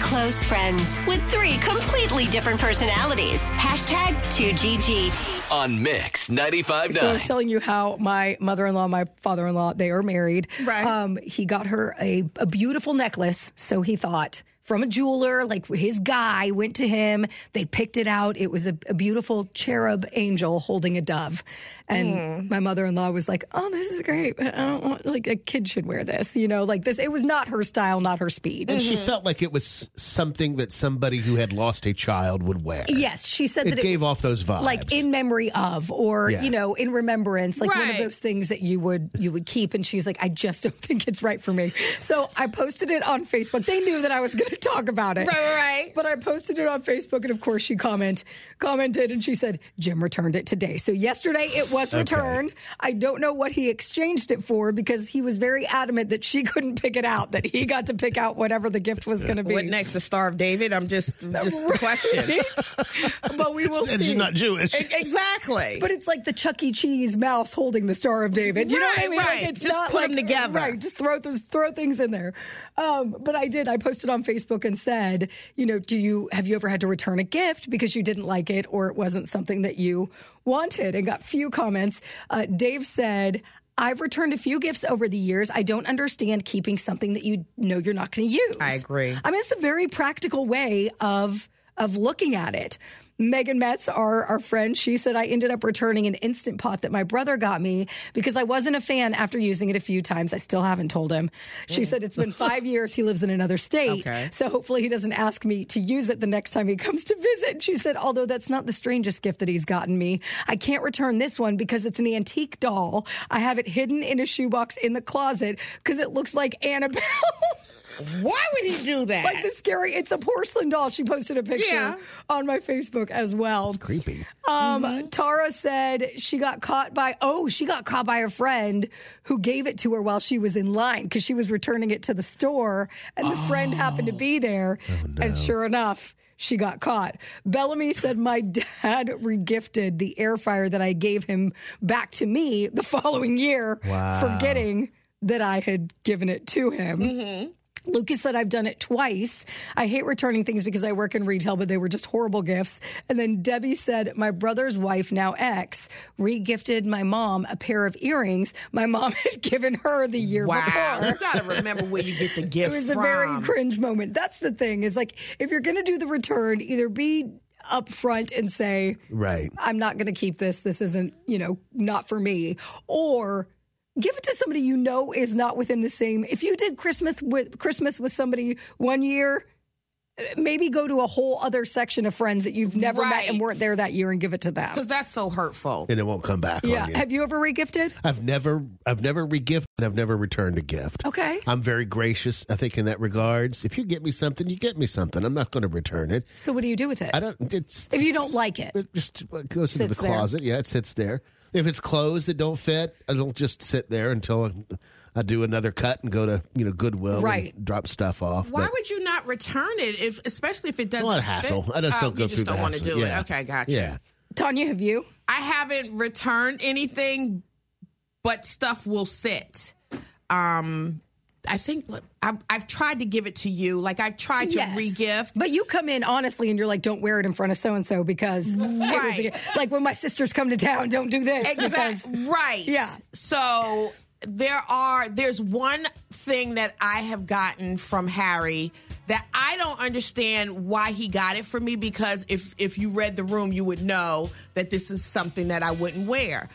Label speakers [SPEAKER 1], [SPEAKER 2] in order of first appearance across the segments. [SPEAKER 1] close friends with three completely different personalities. Hashtag 2GG.
[SPEAKER 2] on Mix
[SPEAKER 3] So I was
[SPEAKER 2] 95.9.
[SPEAKER 3] telling you how my mother-in-law, my father-in-law, they are married.
[SPEAKER 4] Right.
[SPEAKER 3] Um, he got her a, a beautiful necklace. So he thought from a jeweler, like his guy went to him. They picked it out. It was a, a beautiful cherub angel holding a dove. And
[SPEAKER 5] Hmm.
[SPEAKER 3] my mother-in-law was like, "Oh, this is great, but I don't want like a kid should wear this." You know, like this. It was not her style, not her speed.
[SPEAKER 5] And she felt like it was something that somebody who had lost a child would wear.
[SPEAKER 3] Yes, she said
[SPEAKER 5] It
[SPEAKER 3] that
[SPEAKER 5] gave
[SPEAKER 3] it,
[SPEAKER 5] off those vibes.
[SPEAKER 3] like in memory of or
[SPEAKER 5] Yeah.
[SPEAKER 3] you know in remembrance like one of
[SPEAKER 4] Right.
[SPEAKER 3] those things that you would you would keep and she's like i just don't think it's right for me so i posted it on facebook they knew that i was going to talk about it
[SPEAKER 4] Right, right, right.
[SPEAKER 3] but i posted it on facebook and of course she comment commented and she said jim returned it today so yesterday it was returned i don't know what he exchanged it for because he was very adamant that she couldn't pick it out that he got to pick out whatever the gift was going to be
[SPEAKER 4] What next? The Star of David? I'm just just a question.
[SPEAKER 3] but we will
[SPEAKER 5] and
[SPEAKER 3] see
[SPEAKER 5] she's not Jewish.
[SPEAKER 4] E- exactly.
[SPEAKER 3] But it's like the Chuck E. Cheese mouse holding the Star of David. You know what I
[SPEAKER 4] Right,
[SPEAKER 3] mean? Like
[SPEAKER 4] right.
[SPEAKER 3] it's
[SPEAKER 4] Just
[SPEAKER 3] not
[SPEAKER 4] put
[SPEAKER 3] like,
[SPEAKER 4] 'em together.
[SPEAKER 3] Right. Just throw those throw things in there. Um, but I did. I posted on Facebook and said, you know, do you have you ever had to return a gift because you didn't like it or it wasn't something that you wanted? And got few comments. Uh, Dave said. I've returned a few gifts over the years. I don't understand keeping something that you know you're not going to use.
[SPEAKER 4] I agree.
[SPEAKER 3] I mean, it's a very practical way of of looking at it. Megan Metz, our, our friend, she said, I ended up returning an instant pot that my brother got me because I wasn't a fan after using it a few times. I still haven't told him. She said, It's been five years. He lives in another state.
[SPEAKER 4] Okay.
[SPEAKER 3] So hopefully he doesn't ask me to use it the next time he comes to visit. She said, Although that's not the strangest gift that he's gotten me, I can't return this one because it's an antique doll. I have it hidden in a shoebox in the closet because it looks like Annabelle.
[SPEAKER 4] Why would he do that?
[SPEAKER 3] like the scary. It's a porcelain doll. She posted a picture
[SPEAKER 4] Yeah.
[SPEAKER 3] on my Facebook as well.
[SPEAKER 5] Creepy.
[SPEAKER 3] Um,
[SPEAKER 4] Mm-hmm.
[SPEAKER 3] Tara said she got caught by oh she got caught by her friend who gave it to her while she was in line because she was returning it to the store and the friend happened to
[SPEAKER 5] Oh.
[SPEAKER 3] be there and sure enough. She got caught. Bellamy said, My dad regifted the air fryer that I gave him back to me the following year,
[SPEAKER 5] Wow.
[SPEAKER 3] forgetting that I had given it to him. Lucas said, I've done it twice. I hate returning things because I work in retail, but they were just horrible gifts. And then Debbie said, My brother's wife, now ex, re gifted my mom a pair of earrings my mom had given her the year
[SPEAKER 4] wow.
[SPEAKER 3] before.
[SPEAKER 4] You gotta remember where you get the
[SPEAKER 3] It
[SPEAKER 4] gift
[SPEAKER 3] was
[SPEAKER 4] from.
[SPEAKER 3] a very cringe moment. That's the thing is like, if you're going to do the return, either be upfront and say,
[SPEAKER 5] Right.
[SPEAKER 3] I'm not going to keep this. This isn't, you know, not for me. Or give it to somebody you know is not within the same. If you did Christmas with Christmas with somebody one year, eh, maybe go to a whole other section of friends that you've never met and
[SPEAKER 4] Right.
[SPEAKER 3] weren't there that year and give it to them.
[SPEAKER 4] Because that's so hurtful.
[SPEAKER 5] And it won't come back
[SPEAKER 3] Yeah.
[SPEAKER 5] on you.
[SPEAKER 3] Have you ever regifted?
[SPEAKER 5] I've never I've never regifted and I've never returned a gift.
[SPEAKER 3] Okay.
[SPEAKER 5] I'm very gracious, I think, in that regards. If you get me something, you get me something. I'm not going to return it.
[SPEAKER 3] So what do you do with it?
[SPEAKER 5] I don't. It's
[SPEAKER 3] If you don't like it.
[SPEAKER 5] it just uh, goes into the
[SPEAKER 3] Sits there.
[SPEAKER 5] closet. Yeah, it sits there. If it's clothes that don't fit, it'll just sit there until I do another cut and go to you know Goodwill, and
[SPEAKER 3] Right.
[SPEAKER 5] drop stuff off.
[SPEAKER 4] Why
[SPEAKER 5] But
[SPEAKER 4] would you not return it if especially if it doesn't
[SPEAKER 5] a lot of
[SPEAKER 4] fit?
[SPEAKER 5] hassle? I just
[SPEAKER 4] Oh,
[SPEAKER 5] don't go
[SPEAKER 4] you
[SPEAKER 5] through
[SPEAKER 4] just
[SPEAKER 5] the
[SPEAKER 4] don't want to
[SPEAKER 5] hassle.
[SPEAKER 4] do
[SPEAKER 5] Yeah.
[SPEAKER 4] it. Okay, gotcha.
[SPEAKER 5] Yeah,
[SPEAKER 3] Tanya, have you?
[SPEAKER 4] I haven't returned anything, but stuff will sit. Um, I think I've, I've tried to give it to you. Like I've tried to
[SPEAKER 3] Yes.
[SPEAKER 4] regift.
[SPEAKER 3] But you come in honestly and you're like, don't wear it in front of so and so because it was a-
[SPEAKER 4] Right.
[SPEAKER 3] like when my sisters come to town, don't do this. because-
[SPEAKER 4] Exactly. Right.
[SPEAKER 3] Yeah.
[SPEAKER 4] So there are there's one thing that I have gotten from Harry that I don't understand why he got it from me because if if you read the room you would know that this is something that I wouldn't wear.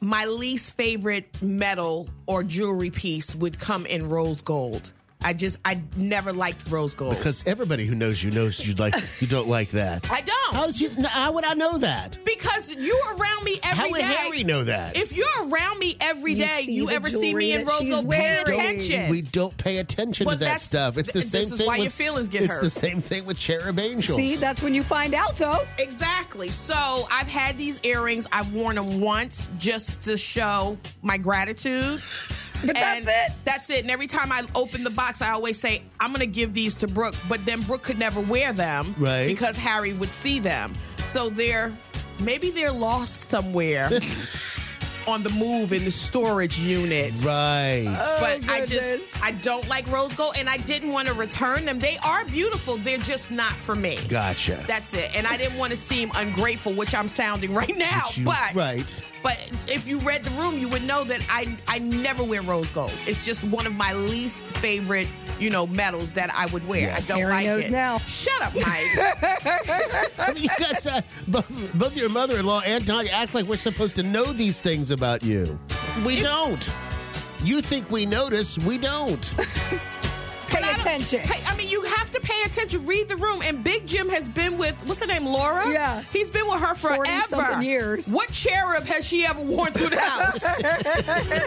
[SPEAKER 4] My least favorite metal or jewelry piece would come in rose gold. I just I never liked rose gold.
[SPEAKER 5] because everybody who knows you knows you like you don't like that.
[SPEAKER 4] I don't.
[SPEAKER 5] How does you? no, How would I know that?
[SPEAKER 4] because you're around me
[SPEAKER 5] How
[SPEAKER 4] every day.
[SPEAKER 5] would Harry know that?
[SPEAKER 4] If you're around me every
[SPEAKER 3] You
[SPEAKER 4] day,
[SPEAKER 3] see
[SPEAKER 4] you
[SPEAKER 3] the
[SPEAKER 4] ever see
[SPEAKER 3] jewelry
[SPEAKER 4] me in
[SPEAKER 3] that
[SPEAKER 4] rose
[SPEAKER 3] she's
[SPEAKER 4] gold, pay
[SPEAKER 3] wearing.
[SPEAKER 4] attention.
[SPEAKER 5] we don't pay attention
[SPEAKER 4] Well,
[SPEAKER 5] to that
[SPEAKER 4] that's-
[SPEAKER 5] stuff. It's the
[SPEAKER 4] th-
[SPEAKER 5] same
[SPEAKER 4] this is
[SPEAKER 5] thing.
[SPEAKER 4] why your
[SPEAKER 5] with-
[SPEAKER 4] feelings get
[SPEAKER 5] it's
[SPEAKER 4] hurt.
[SPEAKER 5] the same thing with cherub angels.
[SPEAKER 3] See, that's when you find out though.
[SPEAKER 4] exactly. So I've had these earrings. I've worn them once just to show my gratitude.
[SPEAKER 3] But
[SPEAKER 4] And
[SPEAKER 3] that's it.
[SPEAKER 4] That's it. And every time I open the box, I always say, I'm going to give these to Brooke. But then Brooke could never wear them
[SPEAKER 5] Right.
[SPEAKER 4] because Harry would see them. So they're, maybe they're lost somewhere. on the move in the storage unit.
[SPEAKER 5] Right.
[SPEAKER 4] But I
[SPEAKER 3] goodness.
[SPEAKER 4] just I don't like rose gold and I didn't want to return them. They are beautiful. They're just not for me.
[SPEAKER 5] Gotcha.
[SPEAKER 4] That's it. And I didn't want to seem ungrateful, which I'm sounding right now.
[SPEAKER 5] Which you-
[SPEAKER 4] but
[SPEAKER 5] right.
[SPEAKER 4] But if you read the room, you would know that I I never wear rose gold. It's just one of my least favorite, you know, metals that I would wear.
[SPEAKER 5] Yes.
[SPEAKER 4] I don't
[SPEAKER 3] Aaron
[SPEAKER 4] like
[SPEAKER 3] knows
[SPEAKER 4] it.
[SPEAKER 3] now.
[SPEAKER 4] Shut up, Mike.
[SPEAKER 5] I mean, you guys, uh, both, both your mother-in-law and Tanya act like we're supposed to know these things about you.
[SPEAKER 4] we don't.
[SPEAKER 5] You think we notice, we don't.
[SPEAKER 3] Pay
[SPEAKER 4] I don't-
[SPEAKER 3] attention.
[SPEAKER 4] Hey, I mean, you have to pay attention. Read the room. And Big Jim has been with what's her name, Laura.
[SPEAKER 3] Yeah.
[SPEAKER 4] he's been with her forever.
[SPEAKER 3] 40-something years.
[SPEAKER 4] What cherub has she ever worn through the house?